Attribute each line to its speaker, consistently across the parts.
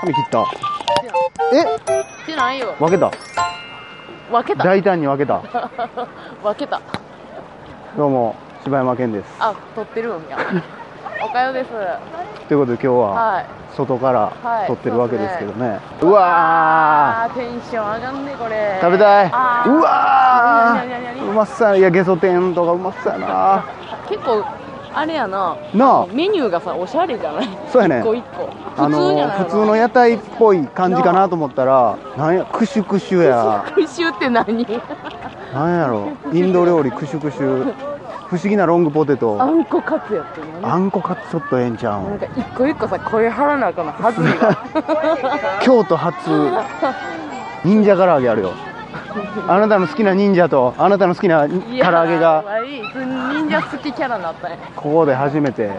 Speaker 1: 髪切った。え
Speaker 2: てないよ
Speaker 1: 分けた。
Speaker 2: 分けた
Speaker 1: 大胆に分けた。
Speaker 2: 分けた
Speaker 1: どうも、柴山健です。
Speaker 2: あ取ってるん やおかようです
Speaker 1: ということで今日は、
Speaker 2: はい
Speaker 1: 外から
Speaker 2: はい
Speaker 1: 撮ってるわけですけどね。う
Speaker 2: あ
Speaker 1: わ
Speaker 2: ーテンション上がんねこれ
Speaker 1: ー食べたい。う
Speaker 2: あー
Speaker 1: わ
Speaker 2: 何々何
Speaker 1: ー
Speaker 2: 々
Speaker 1: うまそうやな。いや、ゲソ天とかうまそうや な。
Speaker 2: 結構あれやな
Speaker 1: なあ
Speaker 2: メニューがさおしゃれじゃない
Speaker 1: そうやね
Speaker 2: 一。個一個
Speaker 1: あ
Speaker 2: 普通じゃ
Speaker 1: の
Speaker 2: ない
Speaker 1: 普通の屋台っぽい感じかなと思ったら、なんや、クシュクシュや。
Speaker 2: 復習って何
Speaker 1: なんや ろインド料理クシュクシュ不思議なロングポテ
Speaker 2: あ
Speaker 1: ト
Speaker 2: んこカツやってる
Speaker 1: あんこカツちょっとええんちゃ
Speaker 2: なん
Speaker 1: う
Speaker 2: か一個一個さ声張らなあかんのはずいが
Speaker 1: 京都初忍者唐揚げあるよあなたの好きな忍者とあなたの好きな唐揚
Speaker 2: い
Speaker 1: げ
Speaker 2: や
Speaker 1: が
Speaker 2: かわいい忍者好きキャラになったね
Speaker 1: ここで初めて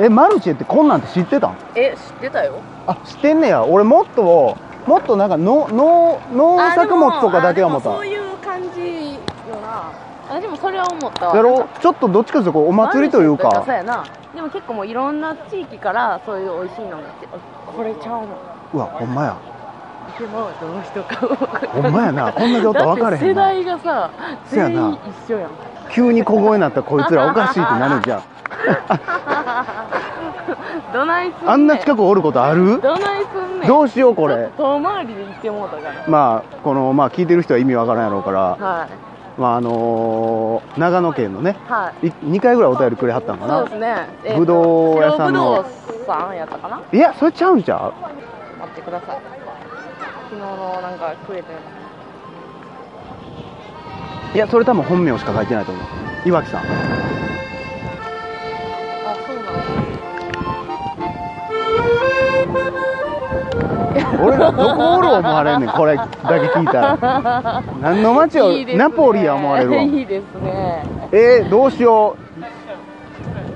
Speaker 1: えマルチェってこんなんって知ってたん
Speaker 2: え知ってたよ
Speaker 1: あ知ってんねや俺もっともっとなんかのの農作物とかだけは思った
Speaker 3: あでもそういう感じよな
Speaker 2: あでもそれは思ったわ
Speaker 1: だろちょっとどっちかというとこうお祭りという
Speaker 2: マルシェそう
Speaker 1: か
Speaker 2: やなでも結構もういろんな地域からそういう美味しいのが来てあこれちゃうの
Speaker 1: うわほんまや
Speaker 2: でもどの人か分
Speaker 1: ほんまやなこんだけおったら分かれへん
Speaker 2: 世
Speaker 1: な
Speaker 2: 代がさ
Speaker 1: そうや
Speaker 2: 全
Speaker 1: な
Speaker 2: 員一緒やん
Speaker 1: 急に小声になったこいつらおかしいってなるじゃん
Speaker 2: どないすんね
Speaker 1: あんな近
Speaker 2: く
Speaker 1: くおることある
Speaker 2: どないすんねん
Speaker 1: ど
Speaker 2: う
Speaker 1: うしようこれ
Speaker 2: 遠回りで行ってもうたから
Speaker 1: まあこのまあ聞いてる人は意味わからんやろうから
Speaker 2: はい
Speaker 1: まああのー長野県のね
Speaker 2: はい
Speaker 1: 2回ぐらいお便りくれはったんか
Speaker 2: そうです
Speaker 1: な
Speaker 2: ねえーと
Speaker 1: ぶどう屋さんの
Speaker 2: 白ぶどうさんやったかない
Speaker 1: やそれちゃうんちゃ
Speaker 2: 待ってください昨日のなんか食えたやつ
Speaker 1: ういやそれ多分本名しか書いてないと思う岩木さん
Speaker 2: あ、そうなの
Speaker 1: 俺らどこおる思われんねんこれだけ聞いたら何の街を
Speaker 2: いいですね
Speaker 1: ナポリや思われるわ
Speaker 2: いいですね
Speaker 1: えー、どうしよ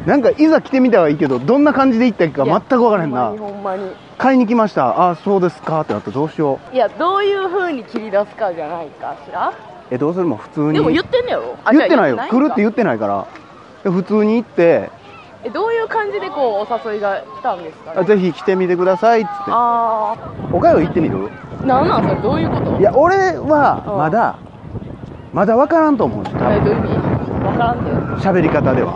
Speaker 1: うなんかいざ来てみたはいいけどどんな感じで行ったっけか全く分からへんな
Speaker 2: ほんまにほんまに
Speaker 1: 買いに来ましたあそうですかってなったらどうしよう
Speaker 2: いやどういう風に切り出すかじゃないかしら
Speaker 1: えどうするもん普通に
Speaker 2: でも言ってんねやろあ
Speaker 1: 言ってないよ
Speaker 2: じゃあ
Speaker 1: 来るって言
Speaker 2: んか
Speaker 1: ってないからで普通に行って
Speaker 2: えどういう感じでこうお誘いが来たんですか
Speaker 1: あ
Speaker 2: ね
Speaker 1: ぜひ来てみてくださいっつって
Speaker 2: ああ
Speaker 1: おかよ行ってみる
Speaker 2: なんなんそれどういうこと
Speaker 1: いや俺は
Speaker 2: うん
Speaker 1: まだまだ分からんと思うんですよ多
Speaker 2: え
Speaker 1: 分
Speaker 2: どういう意味わからんで
Speaker 1: 喋り方では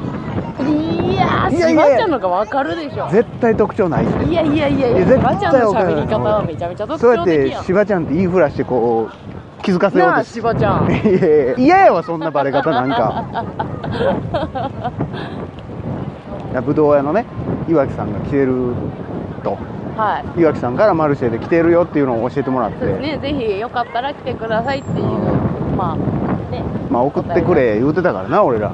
Speaker 1: い
Speaker 2: や
Speaker 1: いや
Speaker 2: ー
Speaker 1: いや
Speaker 2: しばちゃんのがわかるでしょ
Speaker 1: 絶対特徴ないって
Speaker 2: いやいやいやい
Speaker 1: いや
Speaker 2: や
Speaker 1: 絶
Speaker 2: し
Speaker 1: 対
Speaker 2: ばちゃんの喋り方
Speaker 1: わか
Speaker 2: は
Speaker 1: る
Speaker 2: めちゃめちゃ特
Speaker 1: そうや
Speaker 2: 徴
Speaker 1: っ
Speaker 2: 的
Speaker 1: て
Speaker 2: やん
Speaker 1: しばちゃんって言いふらしてこう気づかせよう
Speaker 2: な
Speaker 1: と
Speaker 2: あ
Speaker 1: し
Speaker 2: しばちゃ ん
Speaker 1: いやいや嫌やわそんなバレ方なん かいやぶどう屋のね岩木さんが来てると
Speaker 2: はい
Speaker 1: 岩木さんからマルシェで来てるよっていうのを教えてもらって、
Speaker 2: そうですね、ぜひよかったら来てくださいっていう、まあ、ね、
Speaker 1: まあ送ってくれ言うてたからな俺 ら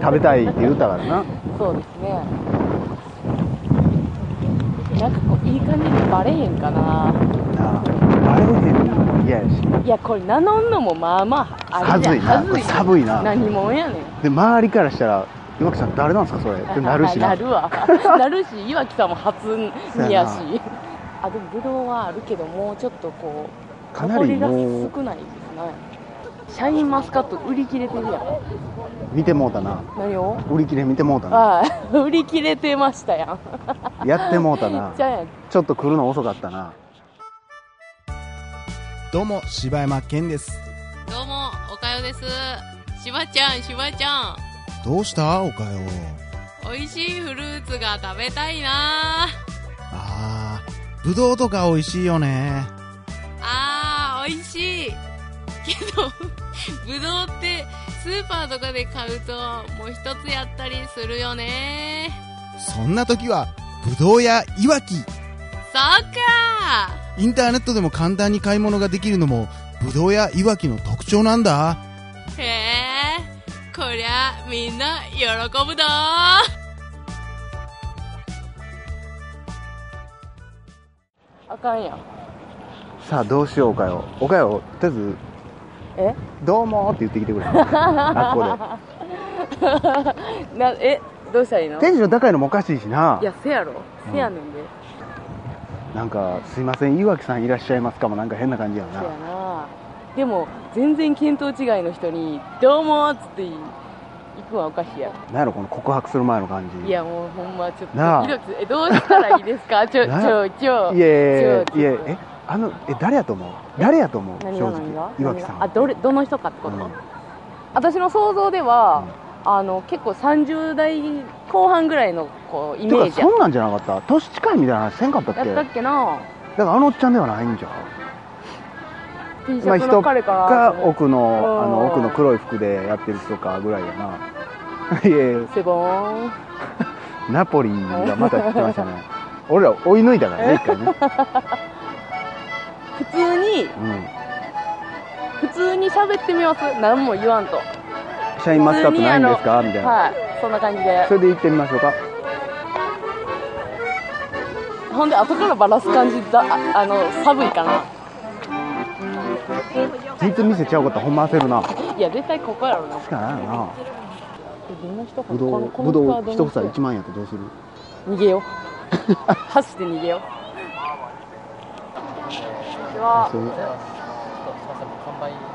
Speaker 1: 食べたいって言うたからな
Speaker 2: そうですね。なんかこう、いい感じにバレへんかな。
Speaker 1: なあバレへんの嫌やし
Speaker 2: いや、これ名乗んのもまあまあ、あれじゃ
Speaker 1: はずい
Speaker 2: ん
Speaker 1: な
Speaker 2: は
Speaker 1: これ寒いな
Speaker 2: 何もんやねん。
Speaker 1: で周りからしたら岩木さん誰なんですかそれってなるしな
Speaker 2: なる わ。なるし、岩木さんも初見やし
Speaker 1: そ。
Speaker 2: あ、でも、ぶどうはあるけど、もうちょっとこう、
Speaker 1: かなり
Speaker 2: 残
Speaker 1: も
Speaker 2: り
Speaker 1: う
Speaker 2: が少ないですね。シャインマスカット売り切れてるやん。
Speaker 1: 見てもうたな
Speaker 2: 何を
Speaker 1: 売り切れ見てもうたな
Speaker 2: ああ、 売り切れてましたやん。
Speaker 1: やってもうたな
Speaker 2: じゃあやん
Speaker 1: ちょっと来るの遅かったなどうも柴山健です
Speaker 2: どうも、おかよです。しばちゃん、しばちゃん。
Speaker 1: どうしたおかよ
Speaker 2: 美味しいフルーツが食べたいな
Speaker 1: あーぶどうとか美味しいよね
Speaker 2: あー、美味しい。けど、ぶどうってスーパーとかで買うともう一つやったりするよね
Speaker 4: そんな時は、ぶどうやいわき。
Speaker 2: そっか
Speaker 4: インターネットでも簡単に買い物ができるのも、ぶどうやいわきの特徴なんだ。
Speaker 2: へえ、こりゃみんな喜ぶぞあかんやん。
Speaker 1: さあどうしようおかよおかよとりあえず
Speaker 2: え
Speaker 1: 「どうも」って言ってきてくれあっこ
Speaker 2: なえどうしたらいいの
Speaker 1: でテンション高いのもおかしいしない
Speaker 2: やせやろ
Speaker 1: うん
Speaker 2: せやねんで、
Speaker 1: なんか「すいません岩木さんいらっしゃいますか?」もなんか変な感じや
Speaker 2: せや
Speaker 1: な
Speaker 2: なでも全然見当違いの人に「どうも」っつって行くはおかしいやろ
Speaker 1: なんやろこの告白する前の感じ
Speaker 2: いやもうほんまちょっと
Speaker 1: なあ
Speaker 2: ドキドキえどうしたらいいで すかちょち
Speaker 1: な
Speaker 2: ょちょ
Speaker 1: いやい
Speaker 2: ちょ
Speaker 1: やえあのえ誰やと思う誰やと思う
Speaker 2: 何
Speaker 1: 正
Speaker 2: が何が
Speaker 1: 直岩木さん
Speaker 2: あどれどの人かってこと、
Speaker 1: うん
Speaker 2: 私の想像では、あの結構30代後半ぐらいのこうイ
Speaker 1: て
Speaker 2: メ
Speaker 1: か
Speaker 2: ージや
Speaker 1: そんなんじゃなかった年近いみたいな話せんかったっけ
Speaker 2: やった
Speaker 1: だ
Speaker 2: っけな
Speaker 1: からあのおっちゃんではないんじゃう
Speaker 2: T シ
Speaker 1: まあ
Speaker 2: ャツの彼かな
Speaker 1: が
Speaker 2: と思って
Speaker 1: 奥の
Speaker 2: うん
Speaker 1: あの奥の黒い服でやってる人かぐらいやな いやいや
Speaker 2: セボーン
Speaker 1: ナポリンがまた来てましたね 俺ら追い抜いたからね一回ね、
Speaker 2: 普通に
Speaker 1: うん、
Speaker 2: 普通に喋ってみます何も言わんと
Speaker 1: シャインマスカットないんですかみたいな
Speaker 2: はいそんな感じで
Speaker 1: それで行ってみましょうか
Speaker 2: ほんで後からバラす感じだああの寒いかな
Speaker 1: 実見せちゃうことほんま焦るない
Speaker 2: や絶対ここやろな
Speaker 1: しかないよな
Speaker 2: えどんな人か
Speaker 1: ぶどう
Speaker 2: こ
Speaker 1: ぶ
Speaker 2: の
Speaker 1: ど
Speaker 2: こ
Speaker 1: う
Speaker 2: の人はどんな人
Speaker 1: 一房1万円やったらどうする
Speaker 2: 逃げよう 走って逃げよう
Speaker 1: そう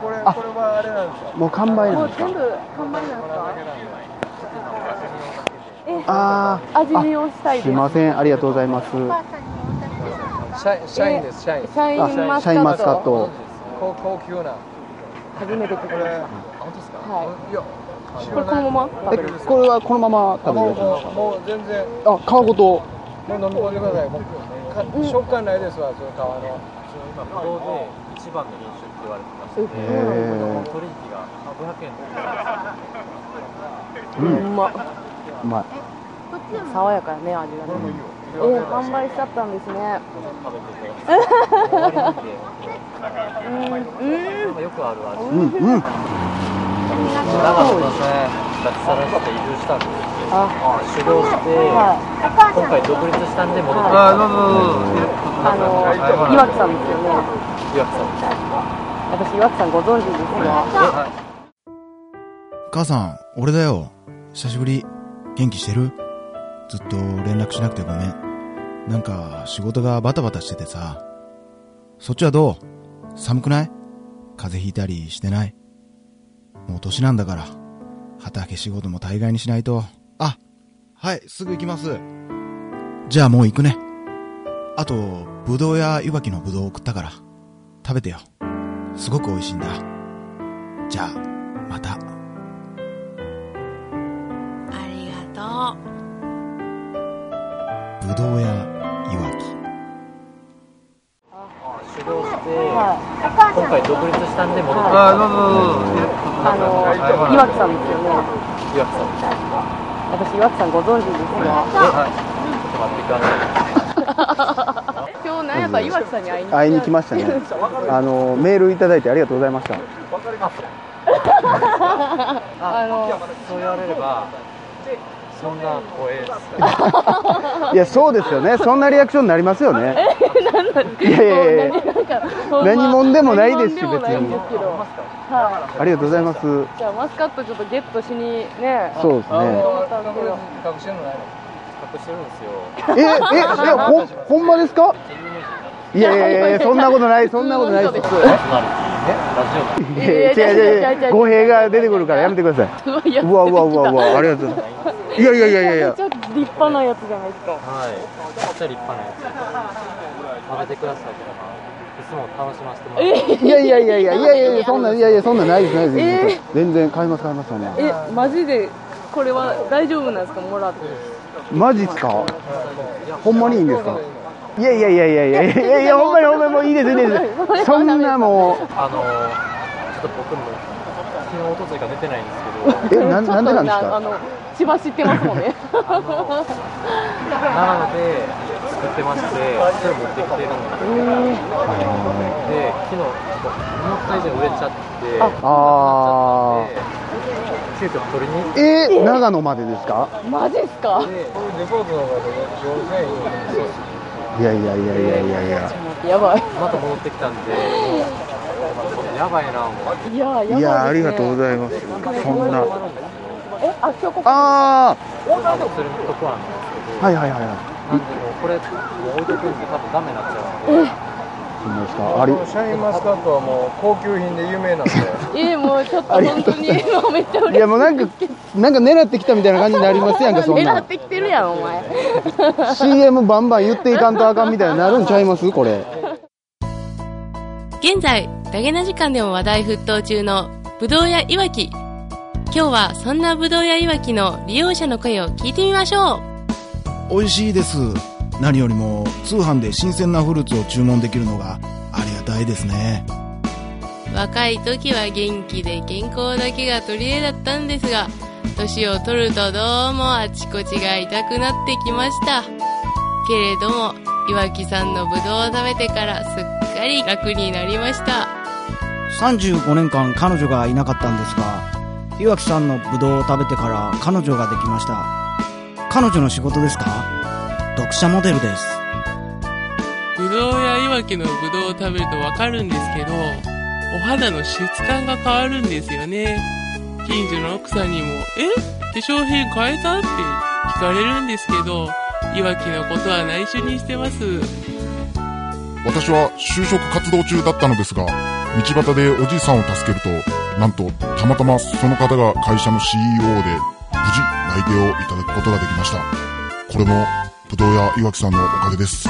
Speaker 5: これ
Speaker 1: あ
Speaker 5: これはあれなんですよ
Speaker 1: もう完売なんです
Speaker 3: 全
Speaker 1: か
Speaker 3: 部完売なんですか
Speaker 1: あー
Speaker 2: 味見をしたい
Speaker 1: す
Speaker 2: で
Speaker 1: いませんありがとうございます
Speaker 5: シャイシャインですシャイン
Speaker 2: すシャインマ
Speaker 1: あ
Speaker 2: ス
Speaker 1: シ
Speaker 2: カ
Speaker 1: ャインマ
Speaker 2: ッ
Speaker 1: スカ
Speaker 2: ト
Speaker 1: ット
Speaker 5: 高高級な
Speaker 2: 初めて食
Speaker 5: こ
Speaker 2: べ
Speaker 5: れ
Speaker 2: ました
Speaker 5: 本当ですか
Speaker 2: はい
Speaker 5: や知
Speaker 2: これ
Speaker 5: ら
Speaker 2: こ
Speaker 5: ない
Speaker 2: のまま
Speaker 1: え
Speaker 2: 食べる
Speaker 1: これはこのまま食べ
Speaker 5: もう
Speaker 1: るやつなんです
Speaker 5: もうもう全然
Speaker 1: かあ皮ごと
Speaker 5: もう飲み込んでくださいもうか食感ないですわその皮の
Speaker 6: 今ブドウで一番の品種って言われてまして、
Speaker 1: へ
Speaker 6: ね、
Speaker 1: え
Speaker 6: 取引が500円
Speaker 1: う
Speaker 2: う
Speaker 6: で
Speaker 2: んんま
Speaker 1: うまい
Speaker 2: 爽やかやね味がねえー、完売しちゃったんですね
Speaker 6: 食べてて、終わりなんで、なんかよくある味、
Speaker 1: うんうん
Speaker 6: 長野のね、脱サラして移住したんですけど、修行して、
Speaker 2: は
Speaker 6: 今回独立したんで戻ってき
Speaker 5: あ
Speaker 6: た、
Speaker 5: どうぞどうぞ
Speaker 2: いあの岩木さんですよね
Speaker 6: 岩城さん
Speaker 2: 私岩木さんご存知ですよ
Speaker 7: 母さん、俺だよ。久しぶり。元気してるずっと連絡しなくてごめん。なんか、仕事がバタバタしててさ。そっちはどう寒くない風邪ひいたりしてないもう年なんだから。畑仕事も大概にしないと。あ、はい、すぐ行きます。じゃあもう行くね。あと、ぶどうやいわきのぶどうを送ったから。食べてよ。すごく美味しいんだ。じゃあ、また。
Speaker 8: ありがとう
Speaker 7: ぶどうやいわき。
Speaker 6: 修行して、
Speaker 2: はい
Speaker 6: 今回独立したんで戻ってきた、
Speaker 5: あどうぞどうぞ
Speaker 2: あの岩木さんですよね
Speaker 6: 岩城さん、ちょ
Speaker 2: 私岩木さんご存知ですよ
Speaker 6: っと待ってください。
Speaker 2: 今日なんやったら岩木さんに会いに
Speaker 1: 会いに来ましたねあのメールいただいてありがとうございました
Speaker 2: あの
Speaker 6: そう言われれば、そんな怖えです。
Speaker 1: いやそうですよねそんなリアクションになりますよ ねいやいやいやいや
Speaker 2: なんかほんま
Speaker 1: 何者でもないですし
Speaker 2: 何者でもないんですけどは
Speaker 1: ありがとうございます
Speaker 2: いじゃあマスカットちょっとゲットしにね
Speaker 1: そうです
Speaker 5: あ
Speaker 1: ね
Speaker 5: のこれ隠してるのないの
Speaker 6: 隠してるんですよ。
Speaker 1: え、え、え、ほん、ほんまですか。いやいやいやいや、そんなことない、そんなことないです。いやいや違う違う違う、語弊が出てくるから、やめてくださ
Speaker 2: うわい
Speaker 1: い。
Speaker 2: や
Speaker 1: うわうわうわうわ、ありがとうございます。いやいやいやいやいや
Speaker 2: めち、ゃくちゃ立派なやつじゃないですか
Speaker 6: はい。めっちゃ立派なやつ。食べてください。いつも楽しませてもらって。
Speaker 1: いやいやいやいや、いやいやいや、そんな、いやいや、そんなないです、ないです。全然買います、買います、そんな。
Speaker 2: えマジでこれは大丈夫なんですかもらって
Speaker 1: マジっすか。ほんまにいいんですか。いやいやいやいやいやいやいや、ほんまにほんまにもういいです、いいです。そんなも
Speaker 6: あのー、ちょっと僕も昨日おとついか出てないんですけど、
Speaker 1: う、 え、なん、なんでなんです
Speaker 2: ちょっと
Speaker 1: か。
Speaker 2: あの千葉知ってますもんね
Speaker 6: 長野で作ってまして、それ持ってきてるんですけど、で、昨日ちょっと思った以上に売れちゃって、
Speaker 1: あ
Speaker 6: 急遽取りに行っ
Speaker 1: あ。え、長野までですか。
Speaker 2: マジっすか
Speaker 5: でこういうレポートの方が上手いい
Speaker 1: いやいやいやいやいやいや。
Speaker 2: やばい
Speaker 6: て、また戻ってきたんで、もうやばいな、もう。
Speaker 2: いやーやばいです、ね、
Speaker 1: いやありがとうご
Speaker 2: い
Speaker 1: ざいます。そんな。
Speaker 2: ますえあ今日ここ
Speaker 1: あ
Speaker 6: するとこなんです
Speaker 1: あ、
Speaker 6: けど、
Speaker 1: はいはいはいは
Speaker 6: なんでもうこれもう置いとくんで多分ダメになっちゃうので、
Speaker 1: りました。あり、
Speaker 5: シャインマスカットはもう高級品で有名なんで
Speaker 2: えー、もうちょっと本当にもうめっちゃ嬉し
Speaker 1: い
Speaker 2: い
Speaker 1: やもうなんか、なんか狙ってきたみたいな感じになりますやんか、そん
Speaker 2: 狙
Speaker 1: な
Speaker 2: っ
Speaker 1: ん。
Speaker 2: てきてるやんお前
Speaker 1: CM バンバン言っていかんとあかんみたいになるんちゃいますこれ。
Speaker 8: 現在、ダゲな時間でも話題沸騰中のぶどう屋いわき。今日はそんなぶどう屋いわきの利用者の声を聞いてみましょう。
Speaker 7: 美味しいです何よりも通販で新鮮なフルーツを注文できるのがありがたいですね
Speaker 8: 若い時は元気で健康だけが取り柄だったんですが年を取るとどうもあちこちが痛くなってきましたけれども岩木さんのぶどうを食べてからすっかり楽になりました
Speaker 9: 35年間彼女がいなかったんですが岩城さんのブドウを食べてから彼女ができました彼女の仕事ですか読者モデルです
Speaker 10: ぶどうやいわきのぶどうを食べるとわかるんですけど、お肌の質感が変わるんですよね。近所の奥さんにも、え化粧品変えたって聞かれるんですけど、いわきのことは内緒にしてます。
Speaker 11: 私は就職活動中だったのですが、道端でおじいさんを助けると、なんとたまたまその方が会社の CEO で、無事内定をいただくことができました。これも、ぶどう屋岩木さんのおかげです。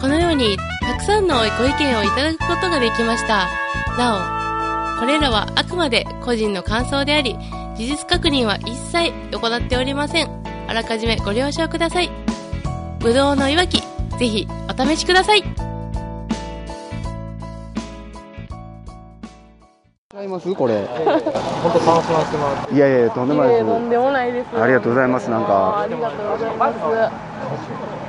Speaker 8: このようにたくさんのご意見をいただくことができましたなおこれらはあくまで個人の感想であり事実確認は一切行っておりませんあらかじめご了承くださいぶどうのいわきぜひお試しください
Speaker 1: ちゃいますこれ。
Speaker 5: 本当楽しませてもらって
Speaker 1: いやいや、とんでもない
Speaker 2: え
Speaker 1: です。
Speaker 2: ー、飲んでもないです
Speaker 1: ありがとうございますなんか
Speaker 2: あーありがとうございます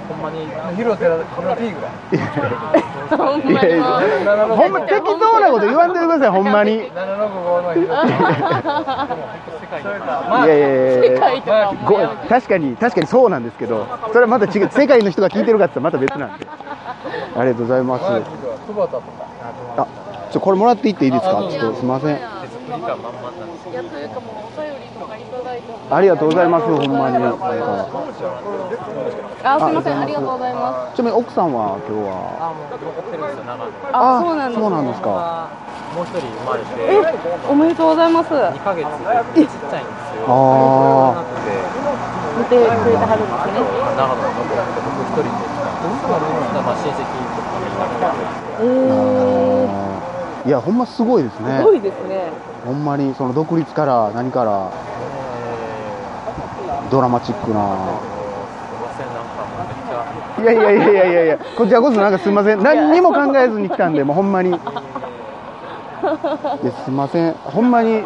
Speaker 6: ほんまに
Speaker 5: 広瀬この P ぐらい
Speaker 2: ほんま
Speaker 1: いやい
Speaker 2: に
Speaker 1: や
Speaker 2: もう
Speaker 1: ほんま適当なこと言わんといてください、ほんまに。い
Speaker 5: 765の広瀬それかまあ
Speaker 1: やいやいやいや。
Speaker 2: 書いてた
Speaker 1: ご確かに確かにそうなんですけどそれはまた違う世界の人が聞いてるかって言ったらまた別なんでありがとうございます
Speaker 5: マーキーとか久保田とか
Speaker 1: あちょこれもらっていっていいですかちょっとすいません
Speaker 2: いやというかもうお便りとかいただいても
Speaker 1: ありがとうございますほんまになんか
Speaker 2: あすいませんありがとうございます
Speaker 1: ちなみに奥さんは今日は
Speaker 6: あもう残ってるんですよ長野に
Speaker 2: あそうなんです
Speaker 1: そうなんですか
Speaker 6: もう一人生まれて
Speaker 2: おめでとうございます
Speaker 6: 2ヶ月でちっちゃいんですよ
Speaker 1: あ
Speaker 6: なく
Speaker 2: 見てく
Speaker 6: て
Speaker 2: れてはるんですね
Speaker 6: 長野に残って僕一人でまあ親戚とかみんな
Speaker 1: あー
Speaker 2: えー、
Speaker 6: で
Speaker 1: いやほんますごいですね
Speaker 2: すごいですね
Speaker 1: ほんまにその独立から何からドラマチックな
Speaker 6: すいませんなんか
Speaker 1: い
Speaker 6: めっちゃ
Speaker 1: やいやいやいやいやいや、こちらこそなんかすみません、何にも考えずに来たんで、もうほんまに。いやすみません、ほんまに。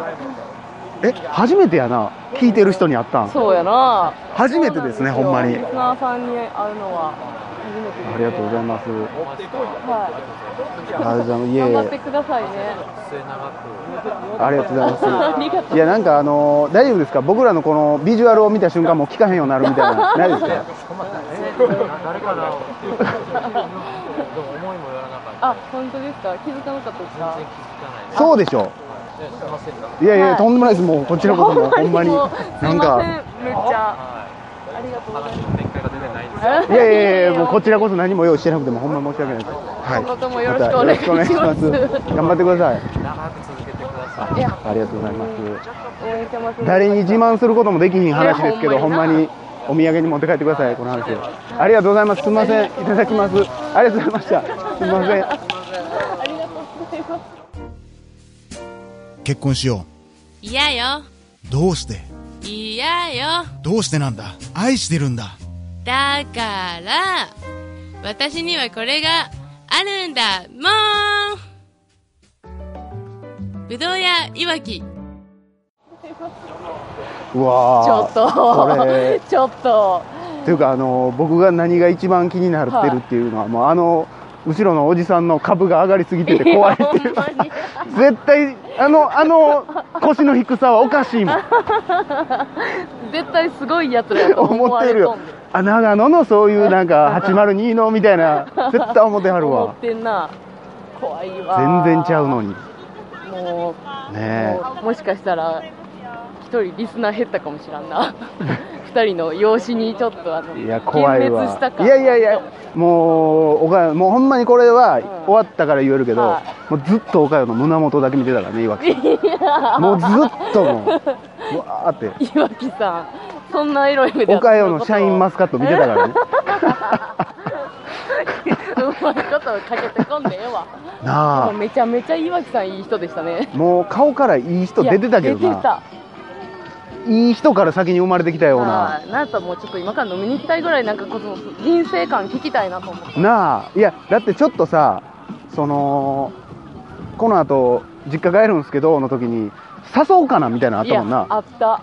Speaker 1: え、初めてやな、聞いてる人に会ったん。
Speaker 2: そうやな
Speaker 1: 初めてですね、ほんまに。
Speaker 2: リス
Speaker 1: あ
Speaker 2: ナーさんに会うのは初めてです、ね、
Speaker 1: りがとうござい
Speaker 2: ま
Speaker 1: ます。
Speaker 2: す、は
Speaker 1: ありがとうございます。
Speaker 2: い、
Speaker 1: いえ
Speaker 2: 頑
Speaker 1: い
Speaker 2: 張って
Speaker 1: え、
Speaker 2: くださいね
Speaker 6: 末長く
Speaker 1: ありがとうござい
Speaker 2: あ
Speaker 1: ま
Speaker 2: りがと
Speaker 1: す。いや、なんか、あのー大丈夫ですか、僕らのこのビジュアルを見た瞬間、もう聞かへんようになるみたいな、ないですか。
Speaker 6: 誰かなっていうでも思いもよらなかった
Speaker 2: あ本当ですか気づかなかったです
Speaker 6: 全
Speaker 2: か
Speaker 6: 然気づかないね
Speaker 1: そうで しょ
Speaker 6: ねすいませんなんか
Speaker 1: う。いやい
Speaker 2: は
Speaker 1: や、
Speaker 2: い
Speaker 1: とんでもないです、もう、こっちのこと も、ほんまに。
Speaker 2: もう
Speaker 1: なん
Speaker 2: すい
Speaker 1: か。
Speaker 2: ませんめっちゃありがとうござい
Speaker 6: 話
Speaker 2: ま
Speaker 6: の展開が全然ないんです
Speaker 2: す
Speaker 6: よ
Speaker 1: いやいやいや、もうこちらこそ何も用意してなくても、ほんま申し訳ないです。はい。
Speaker 2: 今後ともよろしくお願いしま
Speaker 1: たよ
Speaker 2: す
Speaker 1: ろくお願いします頑張ってください。
Speaker 6: 長く続けてください
Speaker 2: いや
Speaker 1: ありがとうございます。
Speaker 2: 応援してます
Speaker 1: 誰に自慢することもできひん話ですけ
Speaker 2: い
Speaker 1: ど、
Speaker 2: や
Speaker 1: ほ
Speaker 2: ほ
Speaker 1: ん
Speaker 2: ん
Speaker 1: ま
Speaker 2: ま
Speaker 1: にお土産に持って帰ってください、この話を。ありがとうございます。すみません。いただきます。ありがとうございました。すみません。
Speaker 2: ありがとうございます
Speaker 7: 結婚しよ
Speaker 8: 嫌よ
Speaker 7: うどうして
Speaker 8: 嫌よ
Speaker 7: どうしてなんだ愛してるんだ
Speaker 8: だから私にはこれがあるんだもんぶどう屋いわき
Speaker 1: うわー。
Speaker 2: ちょっと
Speaker 1: これ、
Speaker 2: ちょっと
Speaker 1: というか、あの、僕が何が一番気になってるっていうのは、もうあの、後ろのおじさんの株が上がりすぎてて怖いっていう。
Speaker 2: ほんま に
Speaker 1: 絶対、あの、あの、腰の低さはおかしいもん。
Speaker 2: 絶対すごいやつだと思
Speaker 1: 思っ
Speaker 2: わ
Speaker 1: て
Speaker 2: れ
Speaker 1: る
Speaker 2: と
Speaker 1: よ
Speaker 2: んで
Speaker 1: あ長野のそういうなんか802のみたいな絶対思ってはる
Speaker 2: 思
Speaker 1: わ
Speaker 2: ってんな怖いわ
Speaker 1: 全然ちゃうのにね
Speaker 2: もう
Speaker 1: え
Speaker 2: もうもしかしたら一人リスナー減ったかもしらんな二二人の養子にちょっとあの
Speaker 1: いや怖い
Speaker 2: 幻滅
Speaker 1: わ
Speaker 2: したか
Speaker 1: いやいやいやもう岡山もうほんまにこれは終わったから言えるけど、
Speaker 2: は
Speaker 1: もうずっと岡山の胸元だけ見てたからねいわき さんもうずっともうわーって
Speaker 2: いわきさんそんなエロい目で
Speaker 1: 岡山のシャインマスカット見てた からね
Speaker 2: うまいことをかけてこんでええわ
Speaker 1: なあ
Speaker 2: もうめちゃめちゃいわきさんいい人でしたね
Speaker 1: もう顔からいい人出てたけど
Speaker 2: いや出て
Speaker 1: な
Speaker 2: た
Speaker 1: いい人から先に生まれてきたような
Speaker 2: あーなんかもうちょっと今から飲みに行きたいぐらいなんかこの人生観聞きたいなと思って
Speaker 1: なあいやだってちょっとさそのこの後実家帰るんですけどの時に誘おうかなみたいなのあったもん
Speaker 2: いや
Speaker 1: な
Speaker 2: あった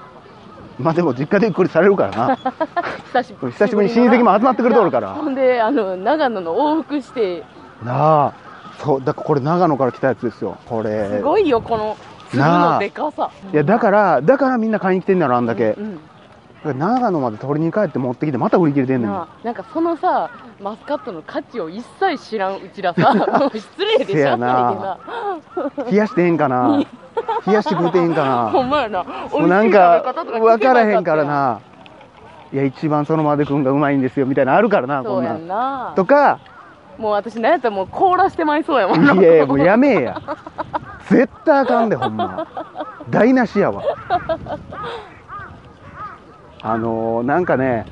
Speaker 1: まあでも実家でゆっくりされるからな
Speaker 2: 久しぶり
Speaker 1: 久しぶりに親戚も集まってくれとるから
Speaker 2: ほんであの長野の往復して
Speaker 1: なあそうだからこれ長野から来たやつですよこれ
Speaker 2: すごいよこの粒のでかさ
Speaker 1: いやだからだからみんな買いに来てんだろあんだけ、
Speaker 2: うん
Speaker 1: だから長野まで取りに帰って持ってきてまた売り切れてんねん
Speaker 2: なあなんかそのさマスカットの価値を一切知らんうちら さもう失礼で
Speaker 1: せ
Speaker 2: しょ
Speaker 1: やな冷やしてへんかな冷やして食うてへんかな
Speaker 2: ほんまやな
Speaker 1: もうなん
Speaker 2: 美味しい食べ方
Speaker 1: か
Speaker 2: と聞けばよ
Speaker 1: 分からへんからないや一番そのまでくんがうまいんですよみたいなのあるからな
Speaker 2: そ
Speaker 1: こ
Speaker 2: うんや
Speaker 1: なん
Speaker 2: な
Speaker 1: とか
Speaker 2: もう私なんやったらもう凍らしてまいそうやもん
Speaker 1: い
Speaker 2: な
Speaker 1: やいやもうやめえや絶対あかんでほんま台無しやわあのーなんかね、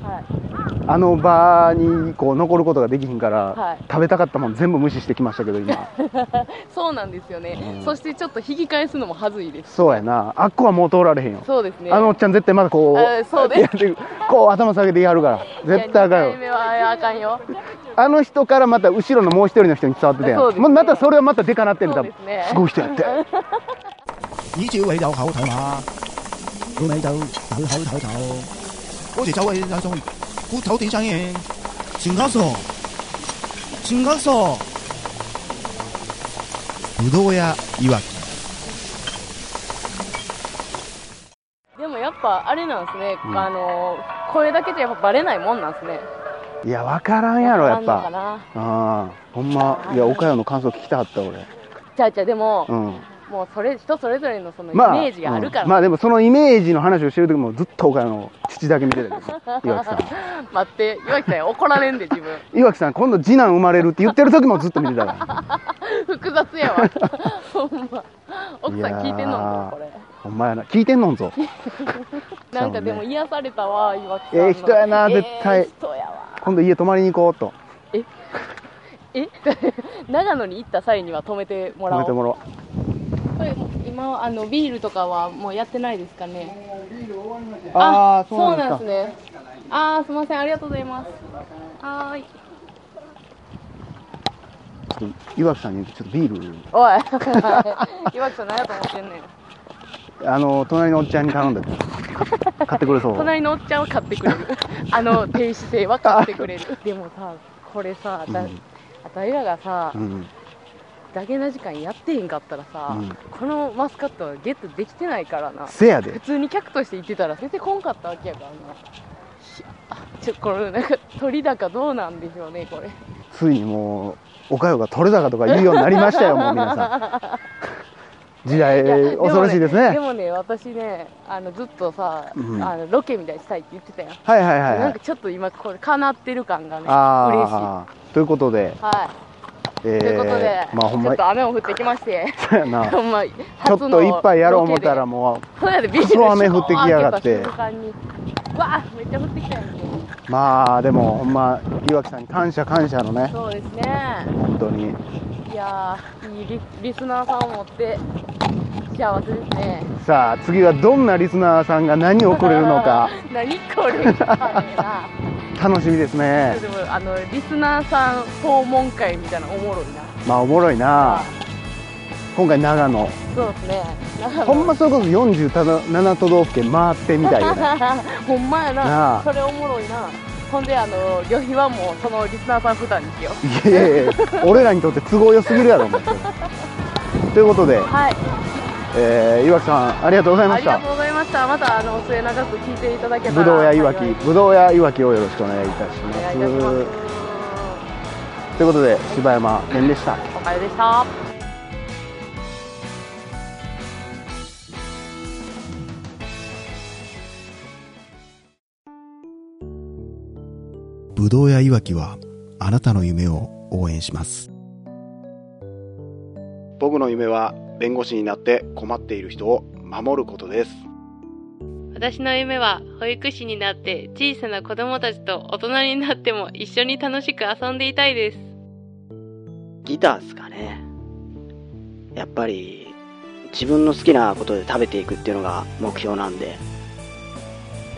Speaker 1: あの場にこう残ることができひんから、
Speaker 2: はい
Speaker 1: 食べたかったもん全部無視してきましたけど今
Speaker 2: そうなんですよね、
Speaker 1: うん
Speaker 2: そしてちょっと引き返すのもはずいです
Speaker 1: そうやなあっこはもう通られへんよ
Speaker 2: そうですね
Speaker 1: あのおっちゃん絶対まだこ
Speaker 2: あ
Speaker 1: う
Speaker 2: そうです
Speaker 1: やってるこう頭下げてやるから絶対あかん
Speaker 2: いや二
Speaker 1: よ
Speaker 2: 回目はああかんよ
Speaker 1: あの人からまた後ろのもう一人の人に伝わってたやん
Speaker 2: そうですね
Speaker 1: もうまたそれはまたでかなってる多分
Speaker 2: ですね
Speaker 1: すごい人やって
Speaker 7: 咦朝起有口頭馬，老尾豆有口頭頭，嗰時走起有種骨頭點生應，全家傻，全家傻。ぶどう屋いわき。
Speaker 2: でもやっぱあれなんですね、
Speaker 1: うん
Speaker 2: あの声だけじゃやっぱバレないもんなんですね
Speaker 1: いや分からんやろやっ
Speaker 2: あんのか
Speaker 1: ぱ
Speaker 2: な
Speaker 1: ああほんまいや岡山の感想聞きたかった俺
Speaker 2: ちゃうちゃうでも、
Speaker 1: うん
Speaker 2: もうそれ人それぞれのそのイメ
Speaker 1: まあ
Speaker 2: ージがあるから、
Speaker 1: うんまあでもそのイメージの話をしてる時もずっと岡山の父だけ見てたけど岩城さ
Speaker 2: 待って岩城さん怒られんで自分
Speaker 1: 岩城さん今度次男生まれるって言ってる時もずっと見てたから
Speaker 2: 複雑やわ ほんま奥さん聞いてん
Speaker 1: や
Speaker 2: の
Speaker 1: ー
Speaker 2: もこれ
Speaker 1: ほんまやな聞いてんの んぞ
Speaker 2: なんかでも癒されたわ岩城さんの
Speaker 1: ええ人やな
Speaker 2: ええ
Speaker 1: 絶対、
Speaker 2: 人やわ
Speaker 1: 今度家泊まりに行こうと
Speaker 2: え 長野に行った際には止めても
Speaker 1: 止
Speaker 2: らお
Speaker 1: め
Speaker 2: う
Speaker 1: てもらおう
Speaker 2: これ今あのビールとかはもうやってないですかね
Speaker 1: あー
Speaker 2: そうなん
Speaker 1: そ
Speaker 2: で
Speaker 1: う
Speaker 2: す
Speaker 1: なん
Speaker 2: ねああすみませんありがとうございますはーい
Speaker 1: ちょっと岩城さんにちょっとビー
Speaker 2: おい 岩城さん何やと思ってんねん
Speaker 1: ルあの隣のおっちゃんに頼んだけど買ってくれ そう
Speaker 2: 隣のおっちゃんは買ってくれるあの低姿勢は買ってくれるでもさこれさだ、
Speaker 1: うん
Speaker 2: あたいらがさ、
Speaker 1: うん
Speaker 2: ダゲな時間やってへんかったらさ、
Speaker 1: うん
Speaker 2: このマスカットはゲットできてないからな
Speaker 1: せやで
Speaker 2: 普通に客として行ってたら出てこんかったわけやからなひあちょこれなんか鳥高どうなんでしょうねこれ
Speaker 1: ついにもうおかよが取れ高とか言うようになりましたよもう皆さん
Speaker 2: さ
Speaker 1: 時代恐ろしいですね
Speaker 2: でもね私ねあのずっとさ、
Speaker 1: うん
Speaker 2: あのロケみたいにしたいって言ってたやん
Speaker 1: はいはいはいはい
Speaker 2: なんかちょっと今これかなってる感がね嬉しい
Speaker 1: ああということで
Speaker 2: はい
Speaker 1: えー
Speaker 2: ということで、
Speaker 1: まあほん
Speaker 2: ちょ
Speaker 1: ま
Speaker 2: っと雨も降ってきまして、
Speaker 1: そうや な
Speaker 2: ほんま、ち
Speaker 1: ちょっと一杯やろう思ったらも
Speaker 2: そうやで、ビー
Speaker 1: ク
Speaker 2: ル
Speaker 1: ソ雨降ってきやがって
Speaker 2: シュワー開けた瞬間にうわあ、めっちゃ降ってきたやんけ。
Speaker 1: うまあでもほんま岩城さんに感謝感謝の ね
Speaker 2: そうですね。
Speaker 1: 本当に
Speaker 2: いやー、いいリリスナーさんを持って、幸せですね。
Speaker 1: さあ次はどんなリスナーさんが何をくれるのか
Speaker 2: 何これ、あれな。
Speaker 1: 楽しみですね
Speaker 2: でも、あの、リスナーさん訪問会みたいなのおもろいな。
Speaker 1: まあおもろいな今回長野
Speaker 2: そうですね。長野
Speaker 1: ほんまそれこそ47都道府県回ってみたいよ ね
Speaker 2: ほんまやな
Speaker 1: なあ
Speaker 2: それおもろいなほんであの旅費はもうそのリスナーさん負担にしよう
Speaker 1: いやいやいや俺らにとって都合良すぎるやろお前それということで、
Speaker 2: はい
Speaker 1: えー、岩城さんありがとうございま
Speaker 2: あ
Speaker 1: し
Speaker 2: り
Speaker 1: た
Speaker 2: がとうございましたまたあの末永く聞いていただけたら
Speaker 1: ぶどう屋いわき
Speaker 2: 幸
Speaker 1: ぶどう屋いわきをよろしくお願いいたします
Speaker 2: お願いいたしま
Speaker 1: ということで柴山健でした
Speaker 2: おかゆでした
Speaker 7: ぶどう屋いわきはあなたの夢を応援します
Speaker 12: 僕の夢は弁護士になって困っている人を守ることです
Speaker 2: 私の夢は保育士になって小さな子供たちと大人になっても一緒に楽しく遊んでいたいです。
Speaker 13: ギターですかね。やっぱり、自分の好きなことで食べていくっていうのが目標なんで、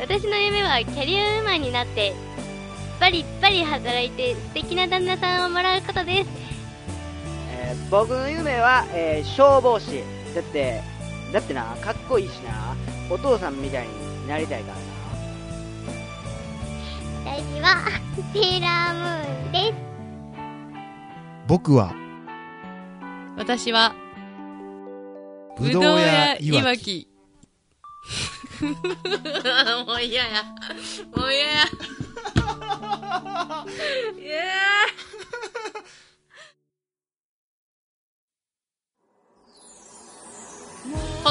Speaker 14: 私の夢はキャリアウーマンになってバリバリ働いて素敵な旦那さんをもらうことです
Speaker 15: えー僕の夢は、えー消防士だってだってなかっこいいしなお父さんみたいになりたいからな
Speaker 14: 私はセーラームーンです
Speaker 7: 僕は
Speaker 2: 私は、
Speaker 7: ぶどう屋いわき
Speaker 2: わき。 もう嫌や。もう嫌 や。いやー ポ